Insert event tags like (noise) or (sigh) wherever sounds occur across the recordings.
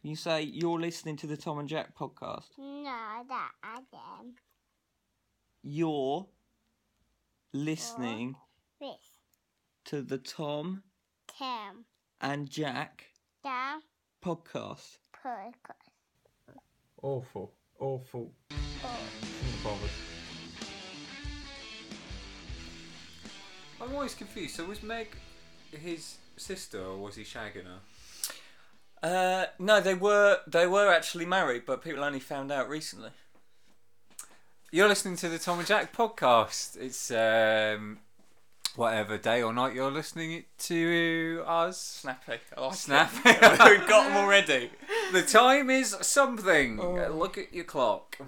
Can you say you're listening to the Tom and Jack podcast? No, that I am You're listening with to the Tom Tim and Jack down podcast. podcast. Awful. Awful. Couldn't bother. I'm always confused. So was Meg his sister or was he shagging her? Uh, no, they were they were actually married, but people only found out recently. You're listening to the Tom and Jack podcast. It's um, whatever day or night you're listening it to us. Oh, Snappy, I like it. (laughs) Snappy. We've got them already. The time is something. Uh, Oh. Look at your clock.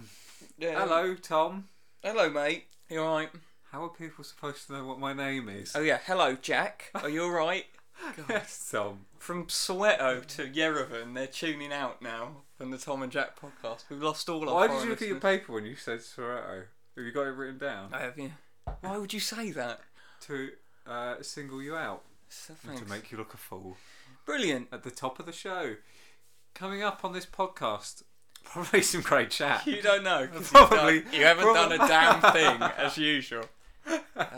Yeah. Hello, Tom. hello, mate. You all right? How are people supposed to know what my name is? Oh yeah, hello, Jack. Are you all right? (laughs) yes, Tom. From Soweto to Yerevan, they're tuning out now from the Tom and Jack podcast. We've lost all our. Why foreign did you look at your listeners. paper when you said Soretto? Have you got it written down? I have yeah. Why would you say that? To uh, single you out. So, and To thanks. make you look a fool. Brilliant. At the top of the show. Coming up on this podcast, (laughs) probably some great chat. You don't know. 'cause you've Probably- done- you haven't probably- done a damn thing as usual. (laughs)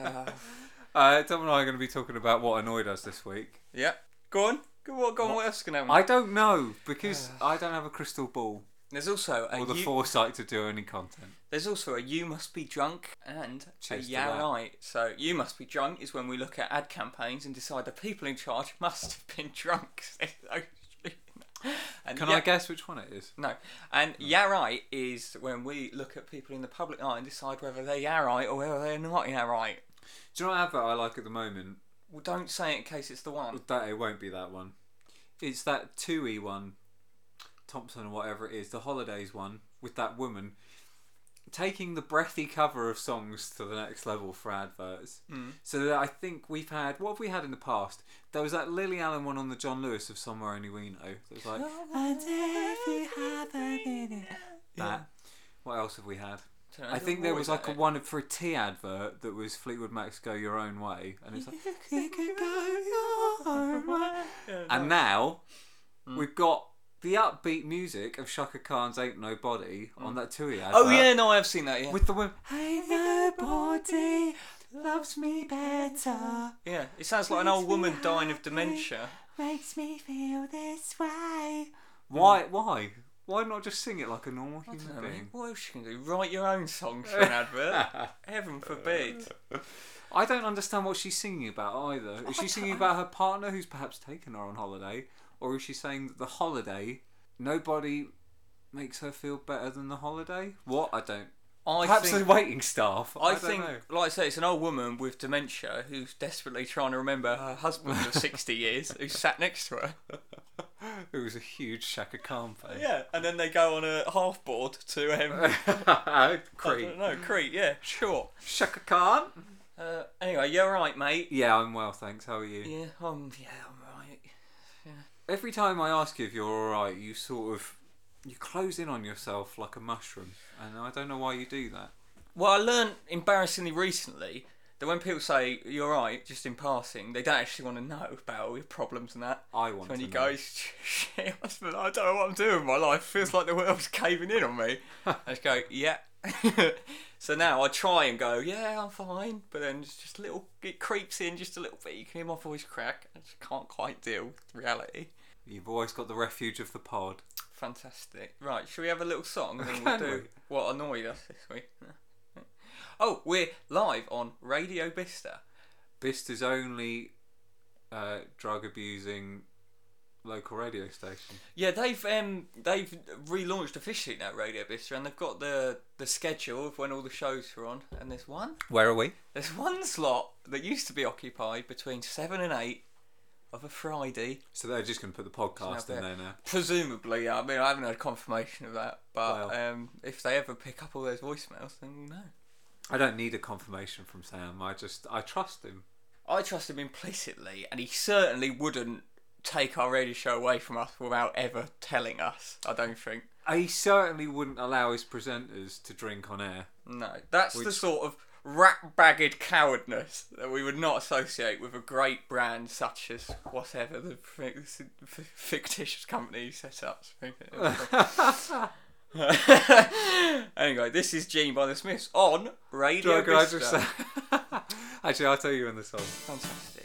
Uh, Tom and I are going to be talking about what annoyed us this week. Yeah. Go on. Go on. Go on. What else can happen? I don't know (sighs) because I don't have a crystal ball There's also a or the Uh, you, foresight to do any content. there's also a you must be drunk and Cheers a to yeah that. right. So you must be drunk is when we look at ad campaigns and decide the people in charge must have been drunk. (laughs) and Can yeah, I guess which one it is? No. And yeah right is when we look at people in the public eye and decide whether they're yeah right or whether they're not yeah right. Do you know what advert I like at the moment? Well, don't say it in case it's the one. That it won't be that one. It's that two E one, Thompson or whatever it is, the holidays one with that woman taking the breathy cover of songs to the next level for adverts. Mm. So that I think we've had what have we had in the past? There was that Lily Allen one on the John Lewis of Somewhere Only We Know. That was like and if you have a minute. That. What else have we had? don't know, I think you're there always was like at a it. one for a tea advert that was Fleetwood Mac's "Go Your Own Way," and it's like "You can go your own way." And now we've got the upbeat music of Shaka Khan's "Ain't Nobody" on that Tui advert. Oh yeah, no, I have seen that. Yeah, with the woman "Ain't nobody loves me better, yeah. It sounds like an old woman dying of dementia. makes me feel this way." Why? Why? Why not just sing it like a normal I human mean, being? What else you can do? Write your own songs for an advert. (laughs) Heaven forbid. I don't understand what she's singing about either. Is she singing about her partner who's perhaps taken her on holiday? Or is she saying that the holiday, nobody makes her feel better than the holiday? What? I don't. I Perhaps think, the waiting staff. I, I don't think, know. like I say, it's an old woman with dementia who's desperately trying to remember her husband (laughs) of 60 years who sat next to her. (gasps) It was a huge Shaka Khan face. (laughs) Yeah, and then they go on a half board to, um, Creep. no, Crete, yeah, sure. Shaka Khan? Uh, anyway, you're right, mate. Yeah, I'm well, thanks. How are you? Yeah, um, yeah, I'm right. Every time I ask you if you're alright, you sort of. You close in on yourself like a mushroom. And I don't know why you do that. Well, I learned embarrassingly recently that when people say you're right, just in passing, they don't actually want to know about all your problems and that. I want when to he know. goes, shit, (laughs) I feel- I don't know what I'm doing with my life. feels like the world's caving in on (laughs) me. I just go, yeah. (laughs) so now I try and go, yeah, I'm fine. But then it's just a little, it creeps in just a little bit. You can hear my voice crack. I just can't quite deal with reality. You've always got the refuge of the pod. Fantastic. Right, shall we have a little song and then we'll Can do what annoyed us this week? (laughs) oh, we're live on Radio Bista. Bist is only uh, drug abusing local radio station. Yeah, they've um, they've relaunched officially now Radio Bista, and they've got the the schedule of when all the shows were on. And there's one Where are we? there's one slot that used to be occupied between seven and eight of a Friday, So they're just going to put the podcast Snap in it. there now. presumably. I mean, I haven't had confirmation of that, but Wow. um, if they ever pick up all those voicemails, then we'll know. I don't need a confirmation from Sam. I just I trust him. I trust him implicitly, and he certainly wouldn't take our radio show away from us without ever telling us. I don't think. (laughs) He certainly wouldn't allow his presenters to drink on air. No, that's the Which- sort of rat-bagged cowardness that we would not associate with a great brand such as whatever the fic- f- fictitious company set up. (laughs) (laughs) anyway, this is Gene by the Smiths on Radio Drug Rider Vista. Sa- (laughs) Actually, I'll tell you when the song. Fantastic.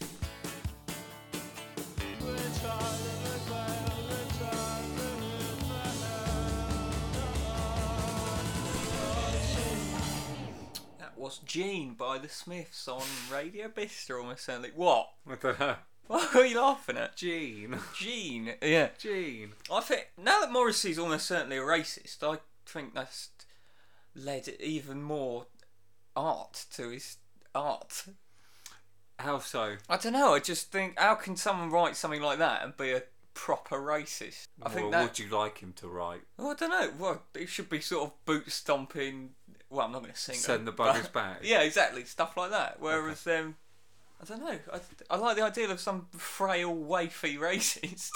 That was Gene by the Smiths on Radio Bista almost certainly. What? (laughs) I don't know. What are you laughing at? Gene. (laughs) Gene. Yeah. Gene. I think now that Morrissey's almost certainly a racist, I think that's led even more art to his art. How so? I don't know. I just think, how can someone write something like that and be a proper racist? I think Or that. would you like him to write? Well, I don't know. Well, it should be sort of boot stomping. Well, I'm not going to sing. Send it, (laughs) the buggers but- back. Yeah, exactly. Stuff like that. Whereas, um, I don't know. I, I like the idea of some frail, wafy (laughs) racist.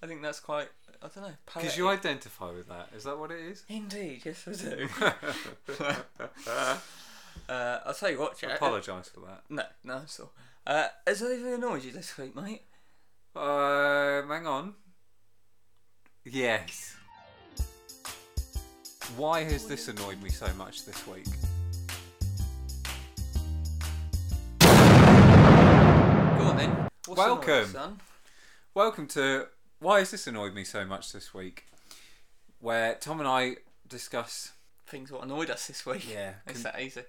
I think that's quite. I don't know. Because you identify with that. Is that what it is? (laughs) Indeed, yes, I do. uh, I'll tell you what, Jack. Apologise for that. No, no, it's all. Uh, has anything annoyed you this week, mate? Um, hang on. Yes. Why has this annoyed me so much this week? Go on then. What's Welcome. annoyed you, son? Welcome to Why has this annoyed me so much this week? Where Tom and I discuss. Things what annoyed us this week. Yeah. It's Couldn't, that easy.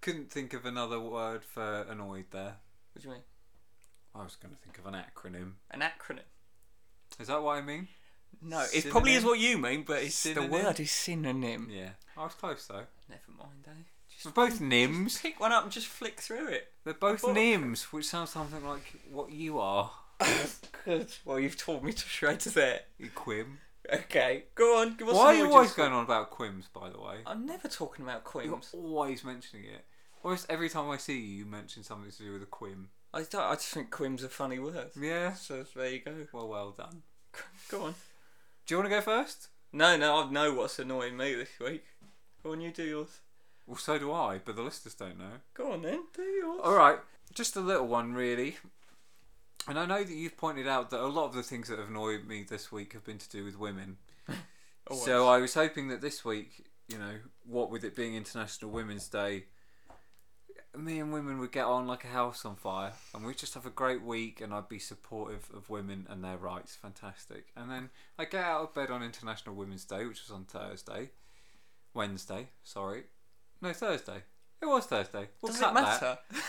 couldn't think of another word for annoyed there. What do you mean? I was going to think of an acronym. An acronym. Is that what I mean? No, it probably is Synonym? what you mean, but it's Synonym? the word is synonym. Yeah. I was close though. Never mind, eh? They're both nims. Pick one up and just flick through it. They're both book. nims, which sounds something like what you are. (laughs) Good. Well, you've told me to shreds there. You quim. Okay, go on. What's Why are annoyed you always this going on about quims, by the way? week? I'm never talking about You're queens. always mentioning it. Almost every time I see you, you mention something to do with a quim. I, don't, I just think quim's a funny word. Yeah. So there you go. Well, well done. Go on. Do you want to go first? No, no, I know what's annoying me this week. Go on, you do yours. Well, so do I, but the listeners don't know. Go on then, do yours. All right, just a little one, really. And I know that you've pointed out that a lot of the things that have annoyed me this week have been to do with women. Always. So I was hoping that this week, you know, what with it being International Women's Day, me and women would get on like a house on fire and we'd just have a great week and I'd be supportive of women and their rights. Fantastic. And then I get out of bed on International Women's Day, which was on Thursday. Wednesday, sorry. No, Thursday. It was Thursday. We'll Does cut it matter? that.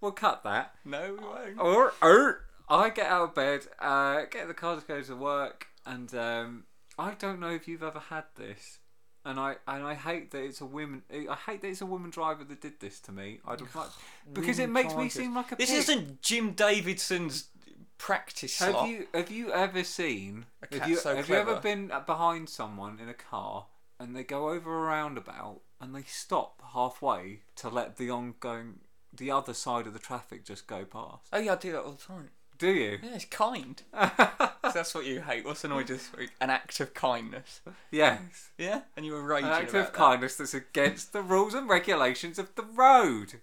We'll cut that. (laughs) no, we won't. Or, or I get out of bed, uh, get the car to go to work, and um, I don't know if you've ever had this. And I and I hate that it's a woman. I hate that it's a woman driver that did this to me. I don't like because it Women makes me drivers. seem like a. This pig. isn't Jim Davidson's practice Have slot. you have you ever seen? A Have cat you, so have you ever clever. been behind someone in a car and they go over a roundabout and they stop halfway to let the ongoing the other side of the traffic just go past? Oh yeah, I do that all the time. Ah. Do you? (laughs) Yeah, it's kind. So that's what you hate. What's annoyed you this week? An act of kindness. yes. Yeah, and you were raging an act about of that. kindness that's against the rules and regulations of the road.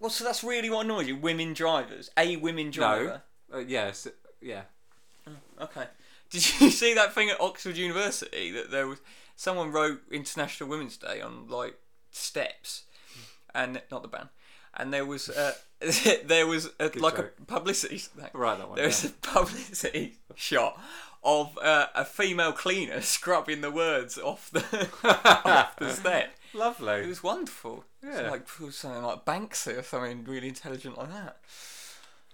Well, so that's really what annoys you. Women drivers. A women driver. No. Uh, yes. Yeah. (laughs) Okay. Did (laughs) you see that thing at Oxford University that there was someone wrote International Women's Day on like steps, and not the ban, and there was uh, (laughs) there was a, like a joke. publicity (laughs) thing. Right, that one, There was yeah. a publicity (laughs) shot of uh, a female cleaner (laughs) scrubbing the words off the (laughs) off (laughs) the step. It Lovely. was wonderful. It's Yeah. like it was something like Banksy or something really intelligent like that.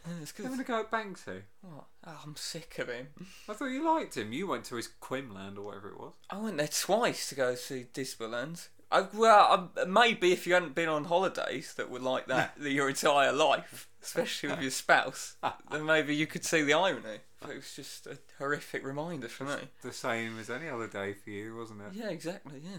Yeah, it's good. I'm gonna go at Banksy. What? Oh, I'm sick of him. I thought you liked him. You went to his Quimland or whatever it was. I went there twice to go see Disneyland. I, well, I, maybe if you hadn't been on holidays that were like (laughs) that your entire life, especially with your spouse, then maybe you could see the irony. But it was just a horrific reminder for me. The same as any other day for you, wasn't it? Yeah, exactly. Yeah.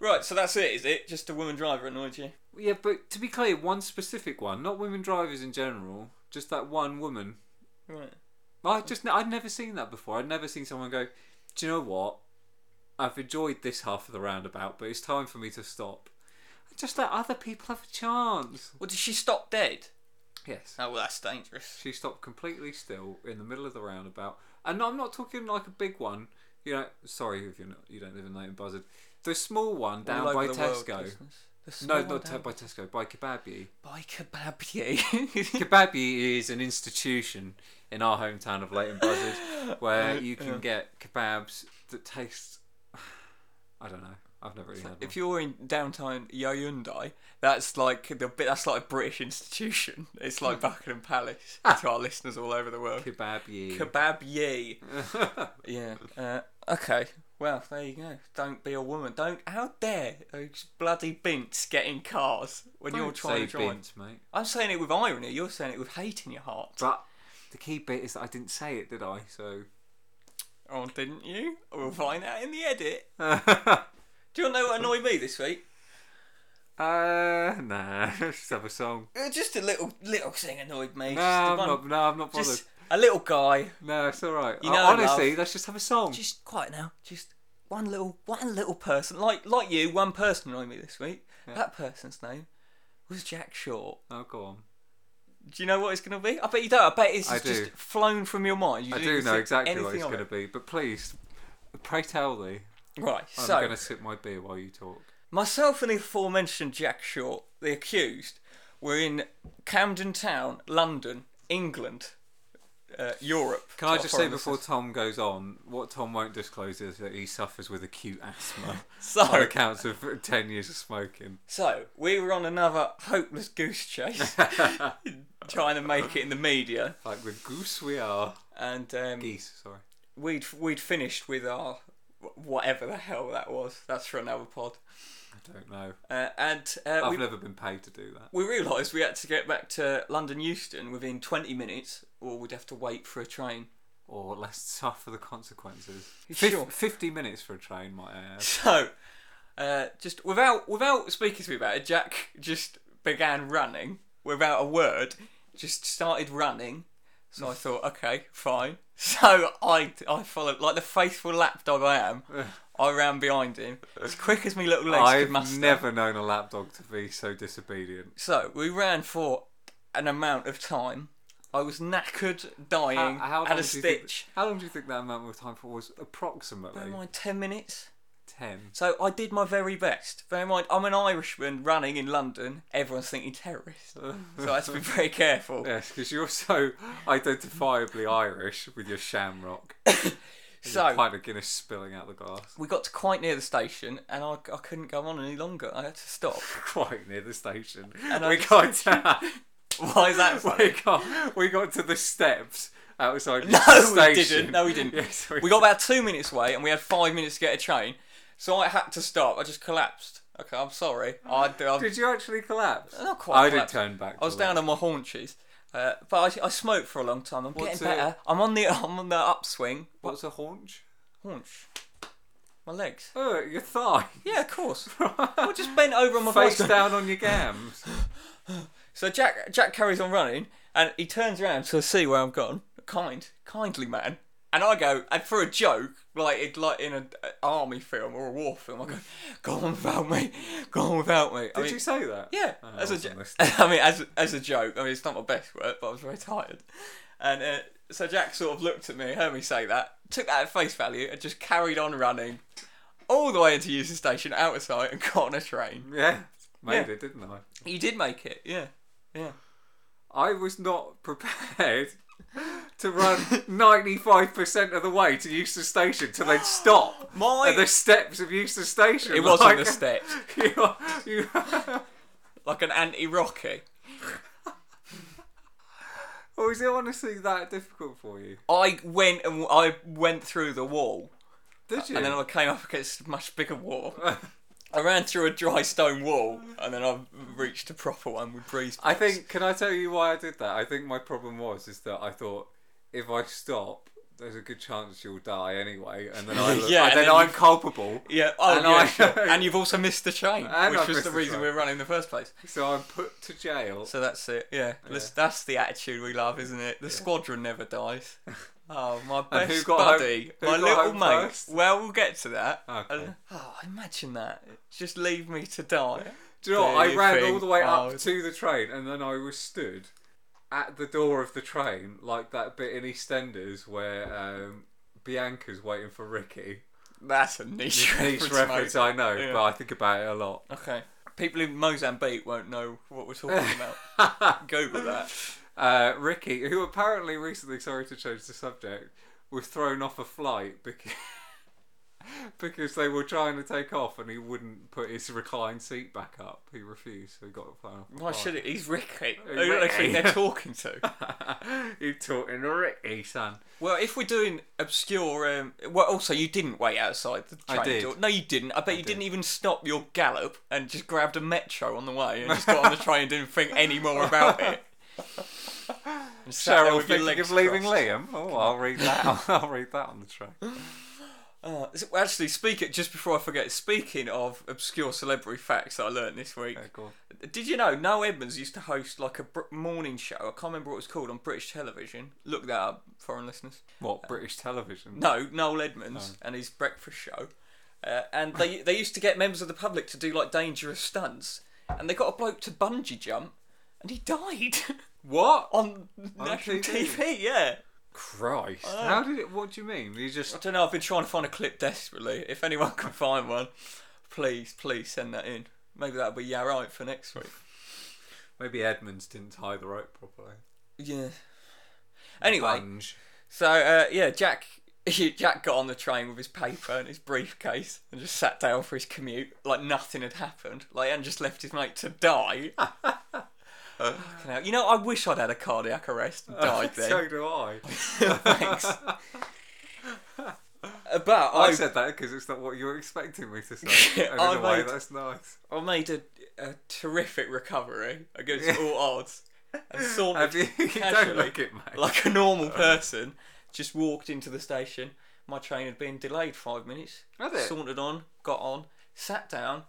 Right, so that's it, is it? Just a woman driver annoyed you? Yeah, but to be clear, one specific one, not women drivers in general, just that one woman. Right. I just I'd never seen that before. I'd never seen someone go, "Do you know what? I've enjoyed this half of the roundabout, but it's time for me to stop." I Just let other people have a chance. Well, did she stop dead? Yes. Oh, well, that's dangerous. She stopped completely still in the middle of the roundabout, and I'm not talking like a big one. You know, sorry if you're not, you don't live in Leighton Buzzard. The small one down All by over the world, Tesco. business. The small no, one not te- down- by Tesco, by Kebabi. by (laughs) kebab. Kebabi is an institution in our hometown of Leighton Buzzard (laughs) where you can get kebabs that taste. (sighs) I don't know. I've never really had one. if you're in downtown Yeouiai, that's like the bit. That's like a British institution. (laughs) It's like Buckingham Palace to our listeners all over the world. Kebabi. Kebab ye. (laughs) Yeah. Uh, okay. Well, there you go. Don't be a woman. Don't. How dare those bloody bints get in cars when you're Don't trying say to drive? bint, mate. I'm saying it with irony. You're saying it with hate in your heart. But the key bit is that I didn't say it, did I? So. (laughs) Oh, didn't you? We'll find out in the edit. Do you want to know what annoyed me this week? Uh, nah, (laughs) let's just have a song. Uh, Just a little little thing annoyed me. No, just the I'm one- not, no, I'm not bothered. just a little guy. No, it's alright. You know I honestly, love- let's just have a song. Just quiet now. Just one little one little person. Like like you, one person annoyed me this week. That person's name was Jack Short. Oh, go on. Do you know what it's going to be? I bet you don't. I bet it's I just do. flown from your mind. You I didn't do even know think exactly what anything it's of going to it. be, but please, pray tell thee. Right, I'm so going to sip my beer while you talk. myself and the aforementioned Jack Short, the accused, were in Camden Town, London, England, uh, Europe. Can to I our just say foreign before listeners. Tom goes on, what Tom won't disclose is that he suffers with acute asthma on (laughs) So, accounts of 10 years of smoking. so we were on another hopeless goose (laughs) chase, trying to make it in the media, Like the goose we are. and um, Geese, sorry. we'd we'd finished with our wh- whatever the hell that was. That's for another pod. I don't know. Uh, and uh, I've we never been paid to do that. we realised we had to get back to London Euston within 20 minutes, or we'd have to wait for a train. (laughs) Or let's suffer the consequences. Fif- Sure. 50 minutes for a train, might I add. So, uh, just without without speaking to me about it, Jack just began running without a word. Just started running. So I thought, okay, fine. (laughs) So I I followed like the faithful lapdog I (laughs) am. I ran behind him as quick as my little legs could I've muster. never known a lapdog to be so disobedient. So we ran for an amount of time. I was knackered, dying, Uh, had a do you think- stitch. how long do you think that amount of time for was approximately? Bear in mind, 10 minutes. Ten. So I did my very best. Bear in mind, I'm an Irishman running in London. Everyone's thinking (laughs) terrorist. So I had to be very careful. Yes, because you're so identifiably Irish with your shamrock, your so pint of Guinness spilling out the glass. (laughs) we got to quite near the station and I, I couldn't go on any longer. I had to stop. (laughs) Quite near the station. And I- we (laughs) got down. Why is that funny? (laughs) we (laughs) got we got to the steps outside No, the we station. didn't. No, we (laughs) didn't. Yes, we, We got about two minutes away and we had five minutes to get a train. So I had to stop. I just collapsed. Okay, I'm (laughs) sorry. I, I, Did you actually collapse? Not quite I collapse. did turn back. I was to down on my haunches, uh, but I, I smoked for a long time. I'm What's getting better. I'm on the I'm on the upswing. that. What's a haunch? Haunch, my legs. Oh, (laughs) your thigh. Yeah, of course. I (laughs) just bent over on my Face voice. down on your gams. So Jack Jack carries on running, and he turns around to see where I'm gone. Kind, kindly man. And I go, and for a joke, like it, like in an army film or a war film, I go, "Go on without me, go on without me." (laughs) I Did mean- you say that? Yeah, Oh, I as a wasn't joke. listening. (laughs) I mean, as as a joke. I mean, it's not my best work, but I was very tired. And uh, so Jack sort of looked at me, heard me say that, took that at face value, and just carried on running all the way into Euston Station, out of sight, and got on a train. Yeah, made Yeah. it, didn't I? He did make it. Yeah, yeah. I was not prepared to run 95% of the way to Euston Station to then stop (gasps) My- at the steps of Euston Station. It was on Like, the steps, (laughs) You, you, (laughs) like an anti-Rocky. was Oh, it honestly that difficult for you? I went and I went through the wall, Did you? and then I came up against a much bigger (laughs) wall. I ran through a dry stone wall, and then I reached a proper one with breeze. I blocks. think. Can I tell you why I did that? I think my problem was is that I thought if I stop, there's a good chance you'll die anyway, (laughs) and then I look, Yeah, and and then, then I'm you- (laughs) culpable. (laughs) Yeah, oh, And and, I- and you've also missed the train, And which I've was missed the the reason train. we were running in the first place. So I'm put to jail. So that's it, yeah. That's, that's the attitude we love, isn't it? The squadron never (laughs) dies. Oh, my best who got home- buddy, who my got little home mate. first? Well, we'll get to that. Uh, Okay. And- oh, imagine that. Just leave me to die. Do you know Do what? I you ran think- all the way up oh. to the train and then I was stood at the door of the train, like that bit in EastEnders where um, Bianca's waiting for (laughs) Ricky. That's a niche, Niche reference, mate. reference, I know, Yeah. but I think about it a lot. Okay. People in Mozambique won't know what we're talking (laughs) about. Google that. uh, Ricky, who apparently recently, sorry to change the subject, was thrown off a flight because (laughs) because they were trying to take off and he wouldn't put his reclined seat back up. He refused, so he got thrown off. the Why flight. should it? He's Ricky. Who He's do they think Ricky. they're talking (laughs) to? you talking to Ricky, son? Well, if we're doing obscure, um, well, also you didn't wait outside the I train did. door. No, you didn't. I bet you did. didn't even stop your gallop and just grabbed a metro on the way and just got on the train and didn't think any more about (laughs) it. And sat there Cheryl with your thinking legs of leaving crossed. Liam. Oh, I'll read that. (laughs) I'll read that on the train. Uh, so- well, actually, speak it just before I forget. Speaking of obscure celebrity facts that I learned this week, Yeah, go on. Did you know Noel Edmonds used to host like a br- morning show? I can't remember what it was called on British television. Look that up, foreign listeners. What British television? Uh, No, Noel Edmonds and his breakfast show. Uh, and they they used to get members of the public to do like dangerous stunts, and they got a bloke to bungee jump, and he died (laughs) What? on national TV? TV. Yeah, Christ! Oh. How did it? What do you mean? You just I don't know. I've been trying to find a clip desperately. If anyone can find one, please please send that in. Maybe that'll be yeah right for next week. maybe Edmonds didn't tie the rope properly. Yeah. Anyway, (laughs) Lunge. So uh, yeah, Jack (laughs) Jack got on the train with his paper and his briefcase and just sat down for his commute like nothing had happened, like and just left his mate to die. (laughs) Fucking hell. you know, I wish I'd had a cardiac arrest (laughs) and died Oh, so then. do I. (laughs) Thanks. (laughs) Uh, But I, I said that because it's not what you were expecting me (laughs) to say. And in I a way, made- that's nice. I made a, a terrific recovery against all odds and (laughs) sauntered Have you? you don't casually. look it, mate. (laughs) like a Oh. normal person, just walked into the station. My train had been delayed five minutes. Had it? Sauntered on, got on, sat down,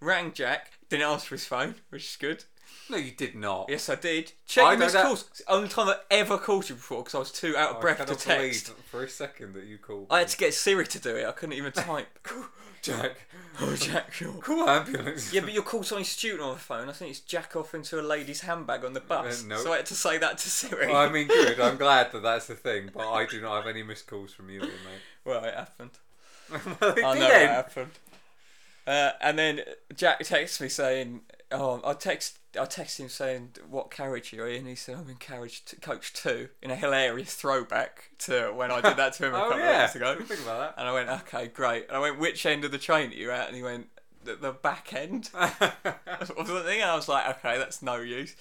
rang Jack, didn't answer his phone, which is good. no, you did not. Yes, I did. I Check know missed that- Oh, calls. It's the only time I ever called you before because I was too out of I breath to cannot text. believe for a second that you called. I had me. to get Siri to do it. I couldn't (laughs) even type. Jack. oh, (laughs) Jack, sure. Call ambulance. Yeah, but you'll call something stupid on the phone. I think it's jack off into a lady's handbag on the bus. Uh, no. So I had to say that to Siri. I mean, good. I'm glad that that's the thing, but I do not have any missed calls from you, then, mate. (laughs) (laughs) well, it happened. well, they Oh, I know didn't. that happened. Uh, and then Jack texts me saying, "Oh, I text, I text him saying what carriage you're in." And he said, "I'm in carriage t- coach two in a hilarious throwback to when I did that to (laughs) him a Oh couple yeah. of weeks ago." Think about And I went, "Okay, great." And I went, "Which end of the train are you at?" And he went, "The, the back end." (laughs) that. or something. And I was like, okay, that's no use.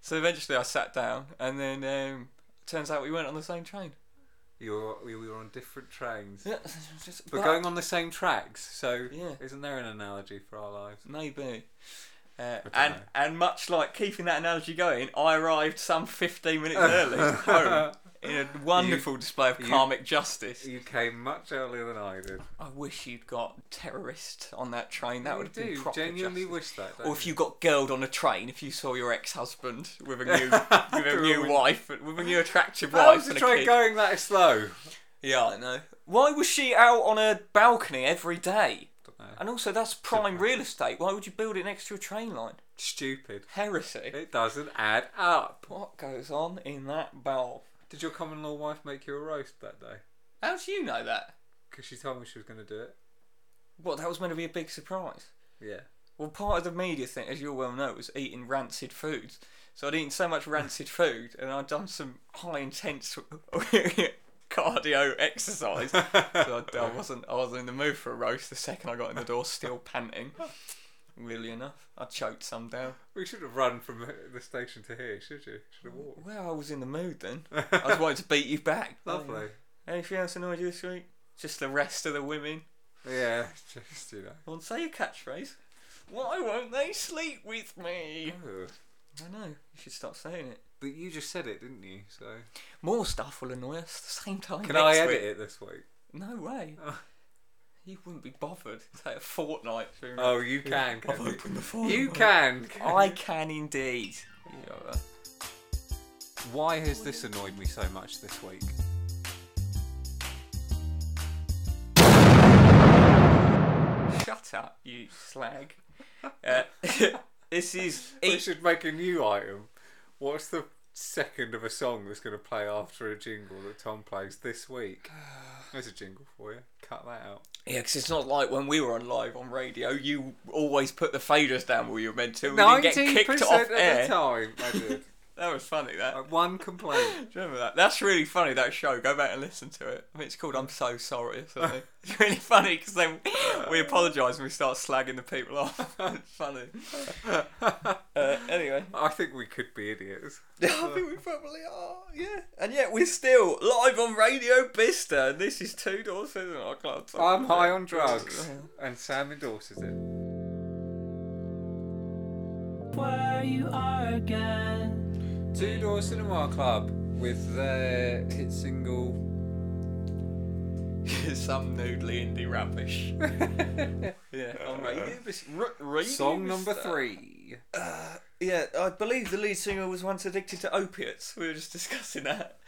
So eventually, I sat down, and then um, turns out we weren't on the same train. (laughs) you were we were on different trains, Yeah, but going on the same tracks. So Yeah. isn't there an analogy for our lives? Maybe. Uh, don't and know. and much like keeping that analogy going, I arrived some 15 (laughs) minutes early home in a wonderful display of you- karmic justice. You came much earlier than I did. I wish you'd got terrorist on that train. That would have do been proper genuinely justice. wish that. don't Or if you got girled on a train, if you saw your ex-husband with a (laughs) new with a new wife, with a new attractive How wife was the and a train kid. going that slow? Yeah, I know. Why was she out on a balcony every day? And also, that's prime real estate. Why would you build it next to a train line? Stupid. Heresy. It doesn't add up. What goes on in that bowl? Did your common law wife make you a roast that day? How do you know that? Because she told me she was going to do it. What, that was meant to be a big surprise. Yeah. Well, part of the media thing, as you'll well know, was eating rancid foods. So I'd eaten so much (laughs) rancid food, and I'd done some high intense (laughs) cardio exercise. (laughs) so I, I wasn't, I wasn't in the mood for a roast. The second I got in the door, still panting. Really enough, I choked some down. We should have run from the station to here, should you? Should have walked. (laughs) Well, I was in the mood (laughs) then. Mm. I was wanting to beat you back. Lovely. Anything else annoyed you this week? Just the rest of the women. Yeah, (laughs) just, you know. Well, say your catchphrase. Why won't they sleep with me? Ugh. I know, you should stop saying it. But you just said it, didn't you? So More stuff will annoy us at the same time. Can next I edit week. it this week? No way. Oh. you wouldn't be bothered. Take a fortnight. to- Oh, you can. I've can opened the you? fortnight. you can. I can indeed. Why has this annoyed me so much this week? Shut up, you slag. Uh, (laughs) this is We each. should make a new item. What's the second of a song that's going to play after a jingle that Tom plays (sighs) this week? There's a jingle for you. Cut that out. Yeah, because it's not like when we were on live on radio, you always put the faders down where you were meant to. and You didn't get Nineteen kicked percent off of air. Uh, the time, I (laughs) did. That was funny, that. Like, one complaint. Do you remember that? That's really funny, that show. Go back and listen to it. I mean, it's called I'm So Sorry or (laughs) something. it's really funny because then Uh. we apologise and we start slagging the people off. (laughs) it's (laughs) funny. Uh, anyway. (laughs) I think we could be idiots. I think we probably are, yeah. And yet we're still live on Radio Bista, and this is two doors from our club. I'm (laughs) high on drugs, and Sam endorses it. where you are again. Two Door Cinema Club with their hit single. Some noodly indie (laughs) rubbish. yeah, on Radio Bista. R- Radio Uh. Song number Bista. three. Yeah, I believe the lead singer was once addicted to opiates. We were just (laughs) discussing that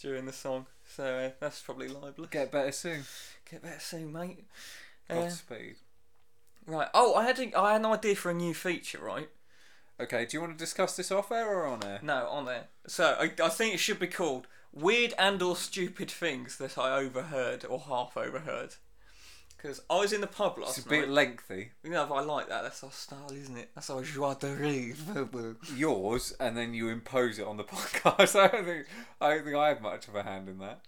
during the song, so uh, that's probably libelous. Get better soon. Get better soon, mate. Uh, Godspeed. right. Oh, I had a, I had an idea for a new feature, right? Okay, do you want to discuss this off air or on air? No, on there. So I, I think it should be called "Weird and or Stupid Things That I Overheard or Half Overheard." Because I was in the pub last It's a bit night. lengthy. You know, but I like that. That's our style, isn't it? That's our joie de rêve. Yours, and then you impose it on the (laughs) podcast. I don't think I don't think I have much of a hand in that.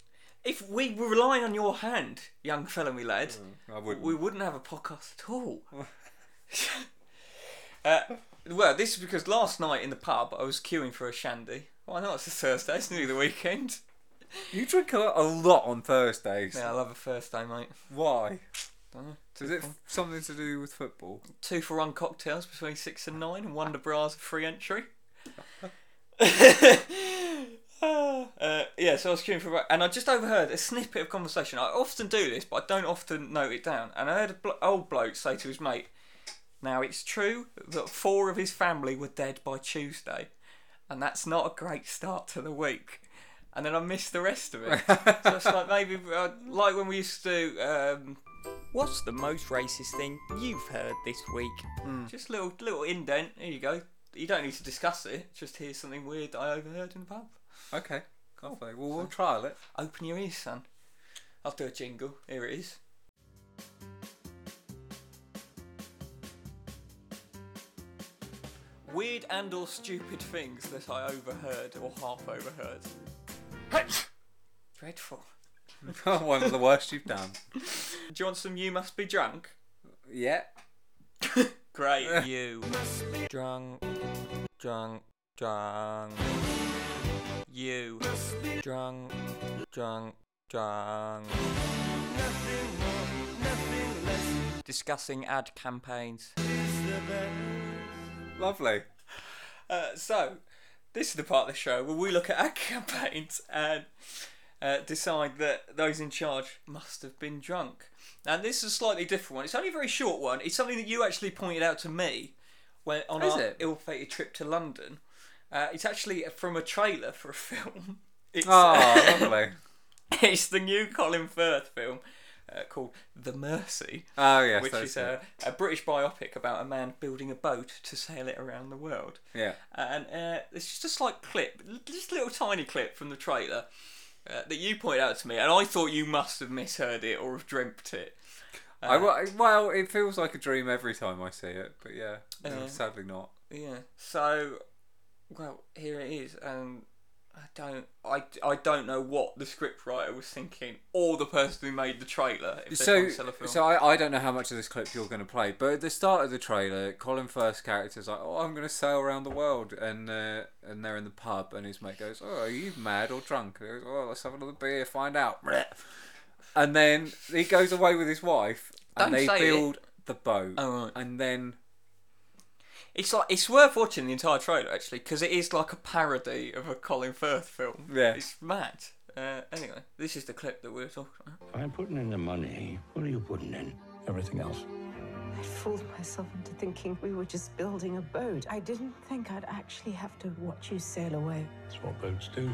if we were relying on your hand, young fellow, me lad. I wouldn't. we wouldn't have a podcast at all. (laughs) uh, well, this is because last night in the pub I was queuing for a shandy. Why not? It's a Thursday. It's nearly the weekend. You drink a lot, a lot on Thursdays. Yeah, I love a Thursday, mate. Why? Dunno. Is it f- something to do with football? Two for one cocktails between six and nine, and Wonder Bras are free entry. uh, yeah, so I was queuing for, and I just overheard a snippet of conversation. I often do this, but I don't often note it down. And I heard an blo- old bloke say to his mate, "Now it's true that four of his family were dead by Tuesday, and that's not a great start to the week." And then I missed the rest of (laughs) it. (laughs) so it's like maybe uh, like when we used to. Um, What's the most racist thing you've heard this week? Just little little indent. Here you go. You don't need to discuss it. Just here's something weird that I overheard in the pub. Okay. Lovely. Well, we'll trial it. (laughs) Open your ears, son. I'll do a jingle. Here it is. Weird and or stupid things that I overheard or half overheard. Dreadful. One of the worst you've done. Do you want some You Must Be Drunk? Yeah. Great. you drunk, drunk, drunk. You drunk, drunk, drunk. Discussing ad campaigns. (laughs) Lovely. Uh, so, this is the part of the show where we look at ad (laughs) campaigns and uh, decide that those in charge must have been drunk. And this is a slightly different one. It's only a very short one. It's something that you actually pointed out to me when on Is our it? ill-fated trip to London. Uh, it's actually from a trailer for a (laughs) film. It's, Oh, lovely. (laughs) it's the new Colin Firth film uh, called The Mercy Oh yes, which that's is it. a, a British biopic about a man building a boat to sail it around the world. Yeah. And uh, it's just a slight clip, just a little tiny clip from the trailer uh, that you pointed out to me, and I thought you must have misheard it or have dreamt it. Uh, I, wa- well, it feels like a dream every time I see it, but yeah, no, Yeah. sadly not. Yeah. So, well, here it is, and I don't, I, I don't know what the scriptwriter was thinking or the person who made the trailer. If they're trying So, to sell a film. so I, I don't know how much of this clip you're going to play, but at the start of the trailer, Colin Firth's character's like, "Oh, I'm going to sail around the world," and uh, and they're in the pub, and his mate goes, "Oh, are you mad or drunk?" And he goes, "Oh, let's have another beer, find out." And then he goes away with his wife, Don't and they say it. build the boat, Oh, right. and then (laughs) It's like it's worth watching the entire trailer actually because it is like a parody of a Colin Firth film. Yeah. it's mad. Uh, anyway, this is the clip that we were talking about. I'm putting in the money. What are you putting in? Everything else. I'd fooled myself into thinking we were just building a boat. I didn't think I'd actually have to watch you sail away. That's what boats do.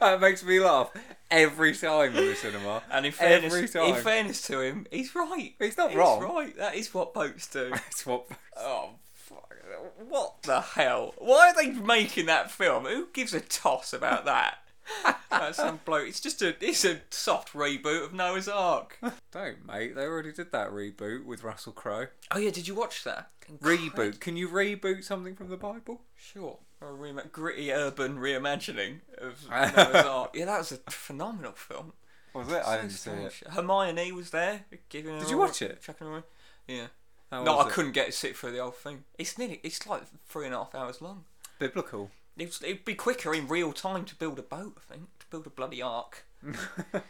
that makes me laugh every time in the cinema. (laughs) And in fairness, every in time. fairness to him, he's right. He's not wrong. right. That is what boats do. (laughs) That's what- oh, fuck. What the hell? Why are they making that film? Who gives a toss about that? (laughs) That's some bloke. It's just a it's a soft reboot of Noah's Ark. Don't, mate. They already did that reboot with Russell Crowe. Oh yeah, did you watch that? Reboot. Can you reboot something from the Bible? Sure. A reima- gritty urban reimagining (laughs) of Noah's Ark. Yeah, that was a phenomenal film. Was it? I didn't So see it. strange. Hermione was there. Giving Did her you all- watch it? Chucking her away. Yeah. How No, was I it? couldn't get to sit through the whole thing. It's nearly, it's like three and a half hours long. Biblical. It's, it'd be quicker in real time to build a boat, I think, to build a bloody (laughs) ark. that,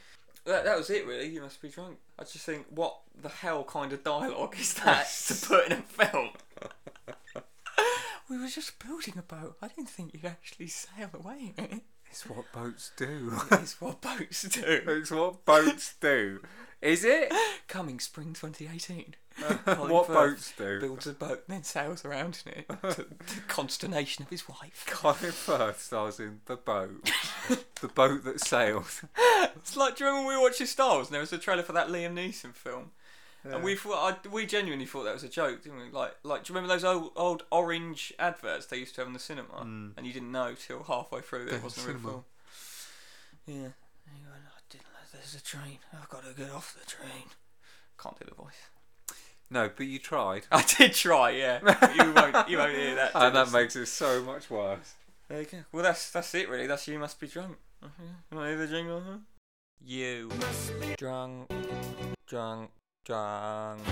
that was it, really. You must be drunk. I just think, what the hell kind of dialogue (laughs) is that to put in a film? (laughs) we were just building a boat. I didn't think you'd actually sail away. (laughs) in it. It's what boats (laughs) do. That's what boats do. it's what boats do. Is (laughs) it? (laughs) Coming spring (laughs) 2018. Colin what Firth boats do? Builds a boat, then sails around in (laughs) it, to the consternation of his wife. Colin Firth stars in The (laughs) Boat. the boat that sailed. It's like, do you remember when we were watching Star Wars and there was a trailer for that Liam Neeson film? And we thought, I, we genuinely thought that was a joke, didn't we? Like, like, do you remember those old, old orange adverts they used to have in the cinema? Hmm. And you didn't know till halfway through that it in wasn't a real cinema. film. Yeah. And you went, "Oh, I didn't know there's a train. I've got to get off the train. Can't do the voice. No, but you tried. (laughs) I did try, yeah. But you won't, you won't hear that. (laughs) And Dennis. that makes it so much worse. There you go. Well, that's that's it really. That's you must be drunk. Mm-hmm. You want to hear the jingle? huh? You must be drunk, drunk, drunk.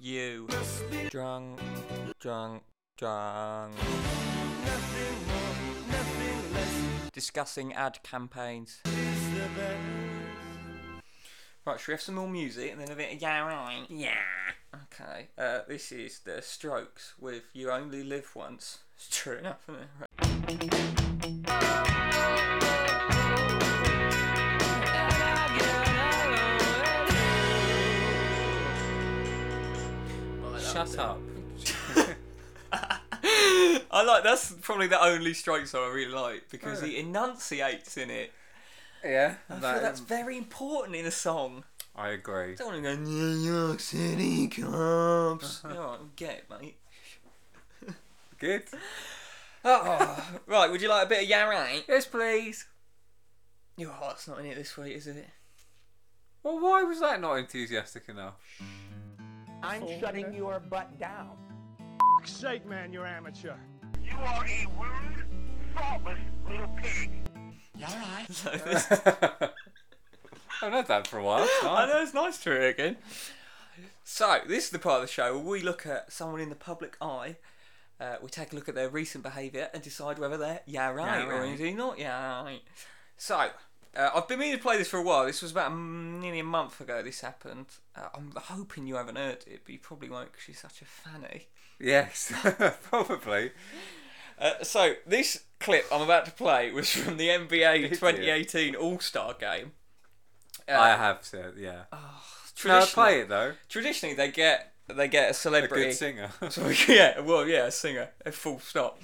You must be drunk, drunk, drunk. Discussing ad campaigns. Right, should we have some more music and then a bit of yeah, right? Yeah. Okay. Uh, this is the Strokes with "You Only Live Once." It's true enough, isn't it? Right. Shut up. (laughs) I like that's probably the only Strokes song I really like because he enunciates in it. Yeah. I that- feel that's very important in a song. I agree. I don't want to go New York City cops. (laughs) You know what, get it, (laughs) mate. (laughs) Good. Oh, right, would you like a bit of yeah right? Yes, please. Your heart's not in it this week, is it? Well, why was that not enthusiastic enough? (laughs) (laughs) I'm shutting your butt down. sake, man, you're amateur. You are a rude, thoughtless little pig. (laughs) So this- I haven't had that for a while. It's I nice. know it's nice to hear again. So this is the part of the show where we look at someone in the public eye. Uh, we take a look at their recent behaviour and decide whether they're yeah right Yeah, or right. indeed not yeah right. So uh, I've been meaning to play this for a while. This was about mm, nearly a month ago. This happened. Uh, I'm hoping you haven't heard it, but you probably won't because you're such a fanny. Yes, (laughs) probably. Uh, so this clip I'm about to play was from the NBA (laughs) Did you? 2018 All Star Game. Uh, I have said, yeah. Oh, no, traditionally, play it though. traditionally they get they get a A celebrity. good (laughs) singer. So, yeah, well, yeah, a singer, a full stop,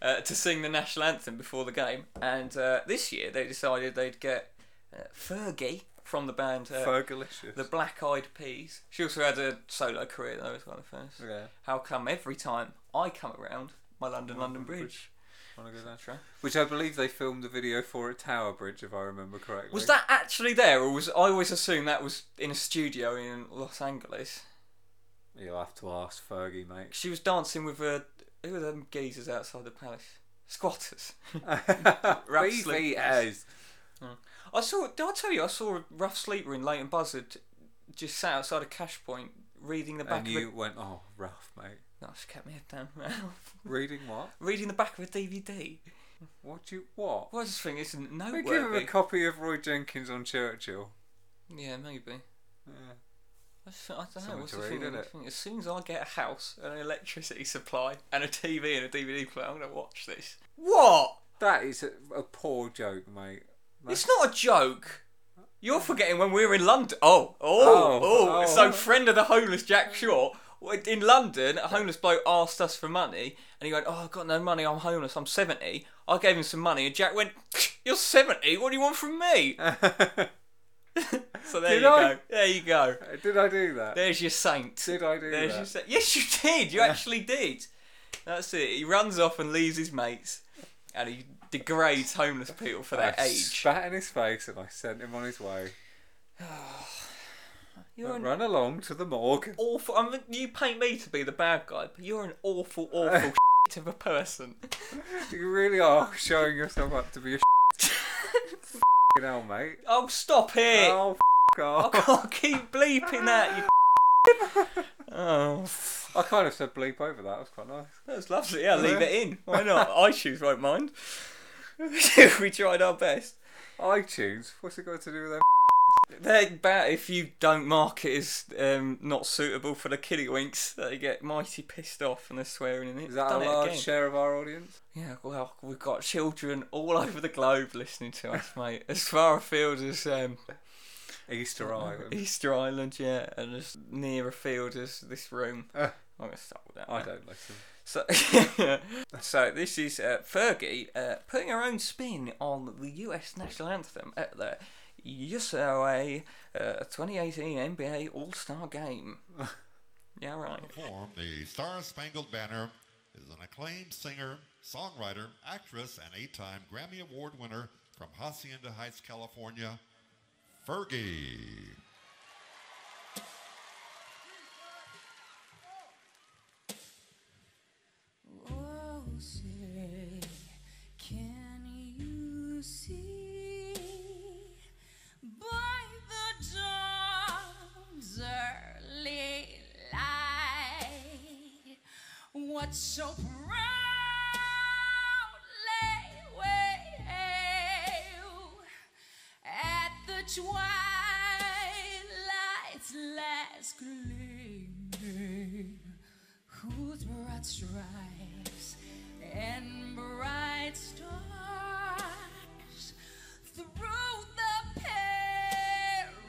uh, to sing the national anthem before the game. And uh, this year they decided they'd get uh, Fergie from the band uh, Fergalicious. The Black Eyed Peas. She also had a solo career though as well at first. Yeah. How come every time I come around, my London London Bridge? Wanna go there? That's right. Which I believe they filmed the video for at Tower Bridge, if I remember correctly. Was that actually there, or was I always assumed that was in a studio in Los Angeles? You'll have to ask Fergie, (laughs) mate. She was dancing with uh, who were them geezers outside the palace? Squatters. (laughs) Rap sleep. BVS. I saw. Did I tell you I saw a rough sleeper in Leighton Buzzard just sat outside a cash point reading the back And of you went, oh, rough, mate. a. No, I just kept my head down. (laughs) Reading what? reading the back of a DVD. What do you. What? Well, I just think it's noteworthy. We give him a copy of Roy Jenkins on Churchill. yeah, maybe. I, just, I don't know. Something What's to the read, thing? innit? As soon as I get a house, an electricity supply, and a TV and a DVD player, I'm gonna watch this. What? That is a, a poor joke, mate. (laughs) It's not a joke. You're forgetting when we were in London. Oh, oh, Oh, oh. oh. So, friend of the homeless, Jack Shaw, w- in London, a homeless bloke asked us for money, and he went, "Oh, I've got no money. I'm homeless. I'm 70." I gave him some money, and Jack went, You're 70. What do you want from me? So there Did you I? go. There you go. Did I do that? There's your saint. Did I do There's that? your saint. Yes, you did. You actually did. That's it. He runs off and leaves his mates, and he degrades homeless people for their I age. spat in his face and I sent him on his way. You're an Run along to the morgue. awful. I mean, you paint me to be the bad guy, but you're an (laughs) awful, awful shit of a person. You really are showing yourself up to be a (laughs) f***ing hell, mate. Oh, stop it! Oh, f- I off. can't keep bleeping that. (laughs) You. (laughs) oh, I kind of said bleep over that. That was quite nice. that was lovely. Yeah, leave it in. (laughs) Why not? iTunes won't mind. (laughs) we tried our best. iTunes. What's it got to do with them? They're bad if you don't mark it as um, not suitable for the kiddie winks. They get mighty pissed off and they're swearing in it. Is that Done a it large again. share of our audience? Yeah, well, we've got children all (laughs) over the globe listening to us, mate. As far afield as um, Easter (laughs) Island. Easter Island, yeah, and as near afield as this room. I'm gonna stop with that. Ah. I mate. don't listen. So, (laughs) so this is uh, Fergie uh, putting her own spin on the US national anthem at the UCLA uh, 2018 NBA All Star (laughs) Game. yeah, right. perform the Star Spangled Banner is an acclaimed singer, songwriter, actress, and eight time Grammy Award winner from Hacienda Heights, California, Fergie. Oh, Siri, can you see by the dawn's early light what so proudly wave at the twilight's last gleaming? whose broad stripes and bright stars through the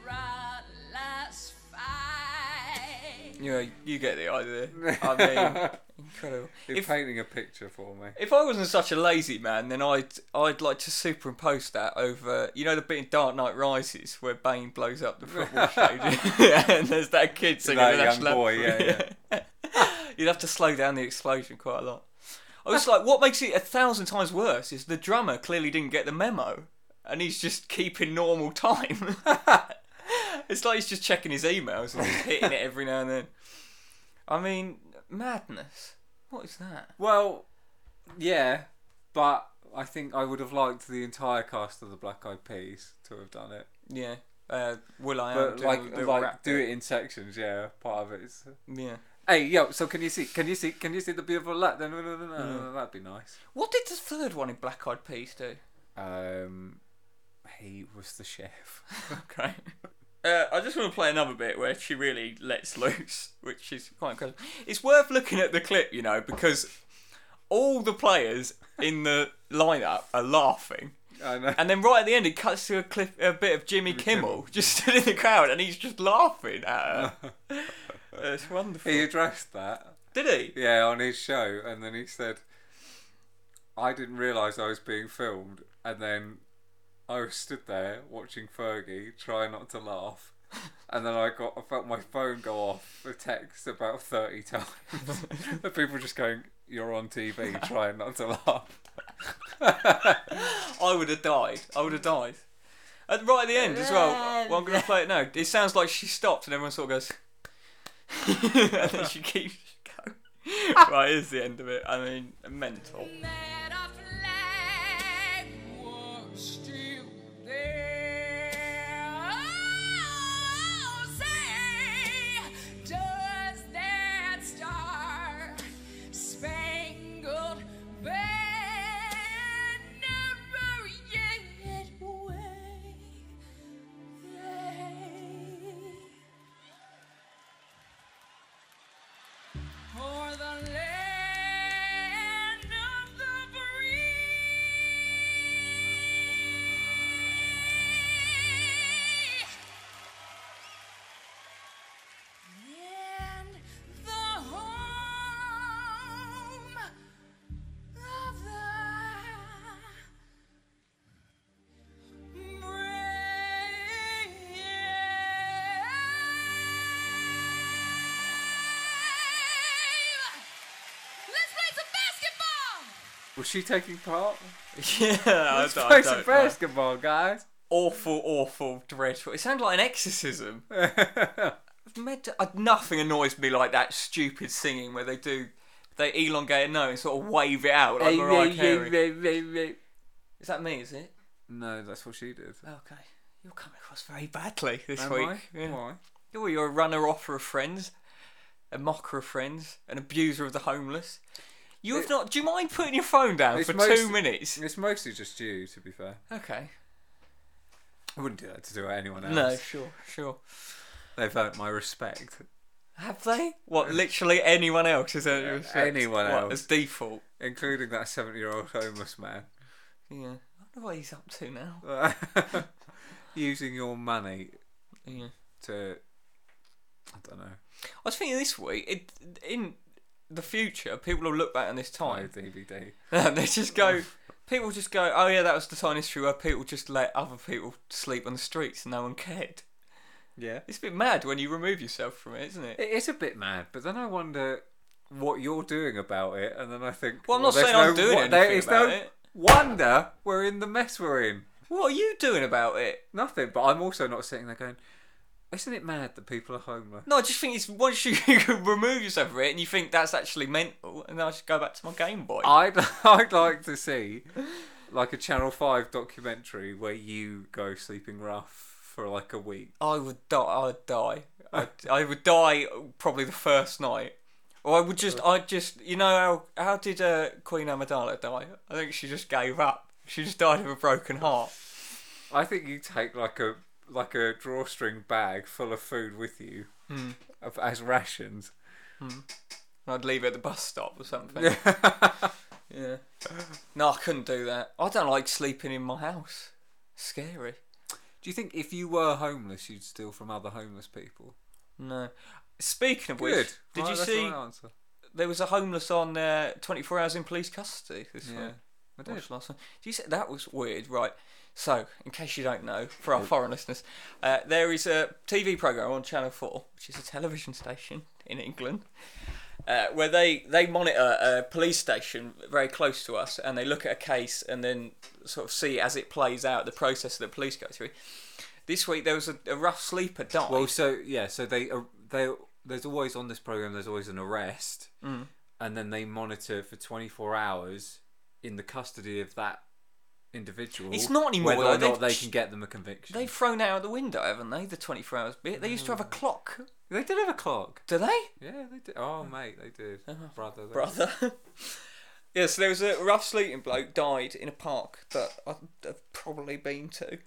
perilous fight. Yeah, you get the (laughs) idea. I mean, incredible. You're If, painting a picture for me. if I wasn't such a lazy man, then I'd I'd like to superimpose that over you know the bit in Dark Knight Rises where Bane blows up the (laughs) football stadium (laughs) and there's that kid singing That the young national boy, anthem. yeah, (laughs) You'd have to slow down the explosion quite a lot. I was like, what makes it a thousand times worse is the drummer clearly didn't get the memo, and he's just keeping normal time. (laughs) it's like he's just checking his emails and just hitting it every now and then. I mean, madness. What is that? Well, yeah, but I think I would have liked the entire cast of the Black Eyed Peas to have done it. Yeah. Uh, will I am But do- like, do a like rap do bit. it in sections. Yeah, part of it is. uh, Yeah. Hey, yo! So can you see? Can you see? Can you see the beautiful light? Then Mm. that'd be nice. What did the third one in Black Eyed Peas (laughs) do? Um, he was the chef. (laughs) Okay. Uh, I just want to play another bit where she really lets loose, (laughs) which is quite incredible. It's worth looking at the clip, you know, because all the players in the lineup are laughing. I know. And then right at the end, it cuts to a clip, a bit of Jimmy Kimmel just (laughs) stood in the crowd, and he's just laughing at her. (laughs) it's wonderful. He addressed that, Did he? yeah, on his show, and then he said, "I didn't realise I was being filmed," and then I was stood there watching Fergie try not to laugh, and then I got I felt my phone go off a text about (laughs) thirty times. of people just going, "You're on TV, trying not to laugh." I would have died. I would have died. And right at the end as well. Well, I'm going to play it now. It sounds like she stopped and everyone sort of goes. (laughs) and then she keeps (laughs) going. right, here's the end of it. I mean, mental. (laughs) That our flag was still there. Oh, say, does that star spangled banner yet wave? for the land of the Was she taking part? yeah, I, Let's don't- I play some don't know. basketball, guys. (laughs) Awful, awful, dreadful. It sounded like an exorcism. Med- uh, nothing annoys me like that stupid singing where they do they elongate a note and sort of wave it out like Mariah Carey. Is that me? Is it? No, that's what she did. Okay. You're coming across very badly this Am week. I? Oh, Yeah. Why? You're, you're a runner offer of friends, a mocker of friends, an abuser of the homeless. You have not. Do you mind putting your phone down It's for mostly- two minutes? It's mostly just you, to be fair. Okay. I wouldn't do that to do it anyone else. No, sure, sure. They've earned my respect. Have they? What? Literally anyone else is there? Yeah, anyone what, else. as default. Including that 70 year old homeless man. (laughs) Yeah. I wonder what he's up to now. Using your money Yeah. to. I don't know. I was thinking this week, it, in the future, people will look back on this Buy a time DVD. and (laughs) they just go, people just go, oh yeah, that was the time in history where people just let other people sleep on the streets and no one cared. Yeah. It's a bit mad when you remove yourself from it, isn't it? It is a bit mad, but then I wonder what you're doing about it, and then I think. Well, I'm not there's saying I'm no doing wo- anything there is about no it. Wonder we're in the mess we're in. What are you doing about it? Nothing, but I'm also not sitting there going, isn't it mad that people are homeless? No, I just think it's once you (laughs) remove yourself from it and you think that's actually mental, and then I should go back to my Game Boy. I'd, (laughs) I'd like to see like a Channel 5 documentary where you go sleeping rough for like a week. I would die. I would die. (laughs) I, I would die probably the first night. Or I would just, I just, you know how how did uh, Queen Amidala die? I think she just gave up. She just died of a broken heart. I think you take like a like a drawstring bag full of food with you Hmm. of, as rations. And I'd leave it at the bus stop or something. Yeah. (laughs) No, I couldn't do that. I don't like sleeping in my house. Scary. Do you think if you were homeless, you'd steal from other homeless people? No. Speaking of Good. which, did Right, you that's the see right answer. there was a homeless on uh, 24 hours in police custody this Yeah. one? I did. Watched last one. Do you say that was weird? Right. So, in case you don't know, for our foreign listeners, uh, there is a TV program on Channel Four, which is a television station in England, uh, where they they monitor a police station very close to us, and they look at a case and then sort of see as it plays out the process that the police go through. This week there was a, a rough sleeper died. Well, so yeah, so they ar- they there's always on this program there's always an arrest, Mm. and then they monitor for 24 hours in the custody of that individual. It's not anymore, whether or though. not They've they ch- can get them a conviction. They've thrown it out the window, haven't they? The 24 hours bit. They used Mm. to have a clock. they did have a clock. Do they? Yeah, they did. Oh mate, they did. Brother, (laughs) they- Uh-huh. brother. (laughs) yeah, so there was a rough sleeping bloke died in a park that I've probably been to.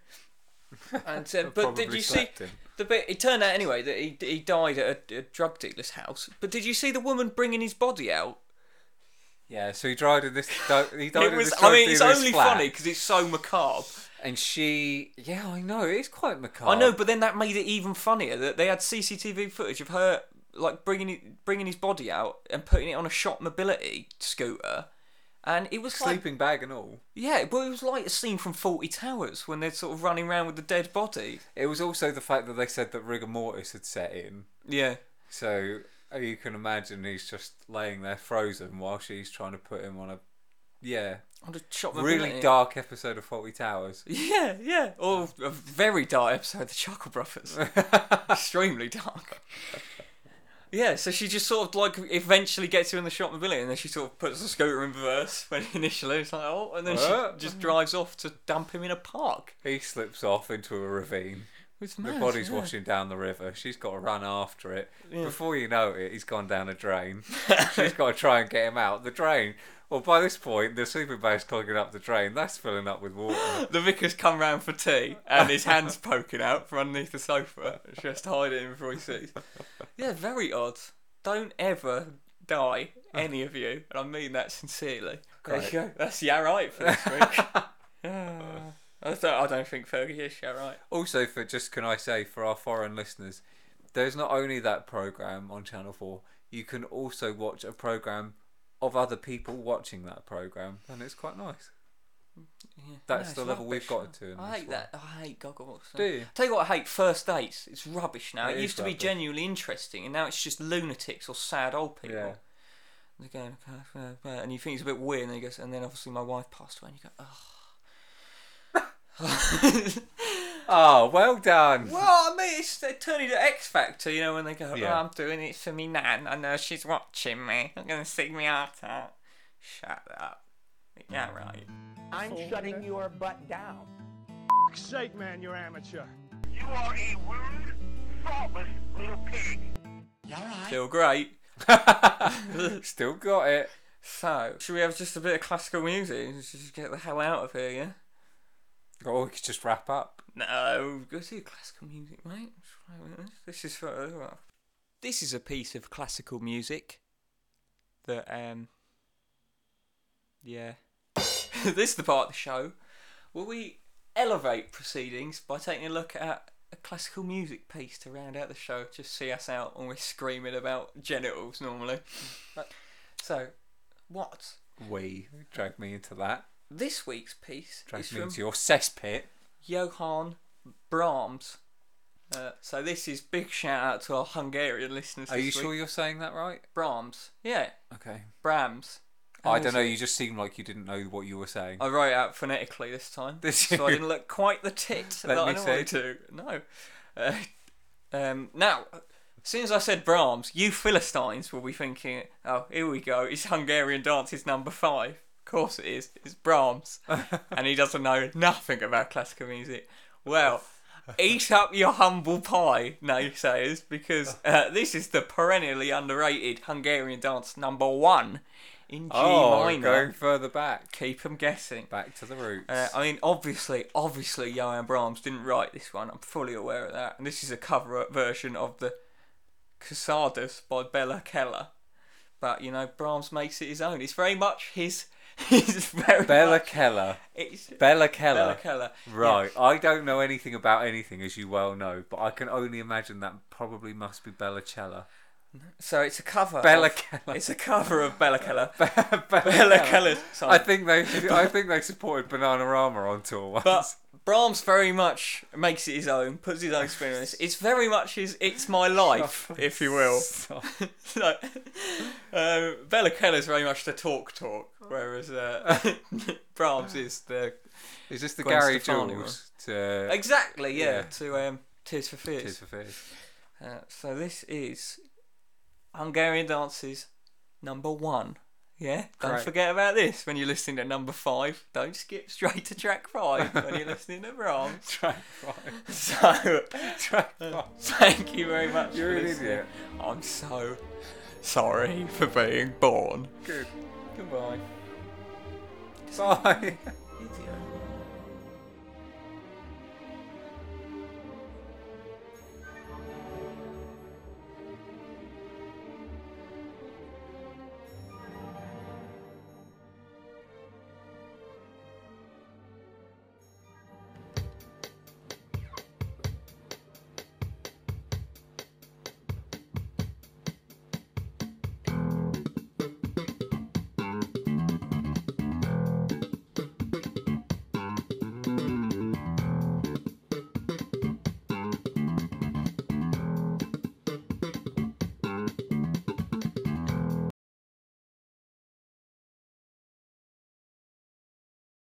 And (laughs) uh, but did probably you see slept in. the bit? It turned out anyway that he he died at a, a drug dealer's house. But did you see the woman bringing his body out? Yeah, so he died in this. di- He died It in was. this I mean, it's drug dealer's only funny 'cause flat, funny because it's so macabre. And she, yeah, I know it's quite macabre. I know, but then that made it even funnier that they had CCTV footage of her like bringing it, bringing his body out and putting it on a shot mobility scooter, and it was like sleeping bag and all. Yeah, well, it was like a scene from Forty Towers when they're sort of running around with the dead body. It was also the fact that they said that rigor mortis had set in. Yeah. So uh, you can imagine he's just laying there frozen while she's trying to put him on a yeah On a shot really dark episode of Faulty Towers. Yeah, yeah. Or Oh, Oh. a very dark episode of The Chuckle (laughs) Brothers. Extremely dark. Yeah, so she just sort of like eventually gets him in the shot mobility and then she sort of puts the scooter in reverse when (laughs) initially it's like, oh, and then What? she just drives off to dump him in a park. He slips off into a ravine. It's The mad, body's yeah. washing down the river. She's got to run after it. Before you know it, he's gone down (laughs) a drain. She's got to try and get him out the drain. Well, by this point, the sleeping bag's clogging up the drain. That's filling up with water. The vicar's come round for tea, and his hand's poking out from underneath the sofa, just hiding him before he sees. Yeah, very odd. Don't ever die, any of you, and I mean that sincerely. Great. There you go. (laughs) That's yeah right for this (laughs) week. Ah. I, don't, I don't think Fergie is yeah right. also, for just can I say for our foreign listeners, there's not only that program on Channel Four. You can also watch a program of other people watching that program, and it's quite nice. That's the level we've got to. In I this hate one. that. I hate Gogglebox. Do you? Tell you what, I hate first dates. It's rubbish now. It It, is used to rubbish. be genuinely interesting, and now it's just lunatics or sad old people. Yeah. again, and you think he's a bit weird, and then he goes, and then obviously my wife passed away, and you go, oh. (laughs) Oh, well done. well, I mean, it's they're turning to X Factor, you know, when they go, Yeah. oh, I'm doing it for me nan, I know she's watching me, I'm gonna sing me heart out. Shut up. Yeah, right. I'm shutting your butt down. fuck's sake, man, you're amateur. You are a rude, thoughtless little pig. Still (laughs) great. Still got it. So, should we have just a bit of classical music and just get the hell out of here, yeah? Oh, Or we could just wrap up. No, go see classical music, mate. This is for this is a piece of classical music that um yeah. (laughs) this is the part of the show where we elevate proceedings by taking a look at a classical music piece to round out the show. Just see us out when we're screaming about genitals normally. so, what We drag me into that. this week's piece Drag is me from into your cesspit. Johann Brahms. Uh, so this is big shout out to our Hungarian listeners. Are you this sure week. you're saying that right? Brahms? Yeah, Okay. Brahms. I And don't know. also- Oh. You just seemed like you didn't know what you were saying. I wrote it out phonetically this time, Did so I you? didn't look quite the (laughs) tit Let that I me see. normally do. No. Uh, um, now, as soon as I said Brahms, you Philistines will be thinking, "Oh, here we go. It's Hungarian dances number five. Of course it is. It's (laughs) Brahms, and he doesn't know nothing about classical music." Well. Eat up your humble pie, naysayers, (laughs) because uh, this is the perennially underrated Hungarian dance number one in G oh, minor. going further back, Keep them guessing. back to the roots. Uh, I mean, obviously, obviously, Johann Brahms didn't write this one. I'm fully aware of that. And this is a cover version of the Casadas by Bella Keller. But you know, Brahms makes it his own. It's very much his. (laughs) It's very Bella much- Keller. It's Bella Keller. Bella Keller. Right. I don't know anything about anything, as you well know, but I can only imagine that probably must be Bella (laughs) Cella. So it's a cover. Bella of- Keller. It's a cover of Bella Keller. Bella, Bella Keller's song. I think they. I think they supported Bananarama on tour once. But Brahms very much makes it his own, puts his own spin on this. It's very much his "It's My Life," if you (laughs) will. (laughs) so, um, Bella Keller's very much the talk talk, whereas uh, (laughs) Brahms is the Is this the Gwen Gary Stefani Jules to exactly yeah, Yeah. to um, Tears for Fears. Tears for Fears? (laughs) Uh, so this is Hungarian dances number one. Yeah, don't Great. forget about this when you're listening to number five. Don't skip straight to track five when you're listening to Brahms. (laughs) (laughs) Track five. So, uh, Track five. thank you very much. You're for an listening. idiot. I'm so sorry for being born. Good. Goodbye. Bye. Idiot.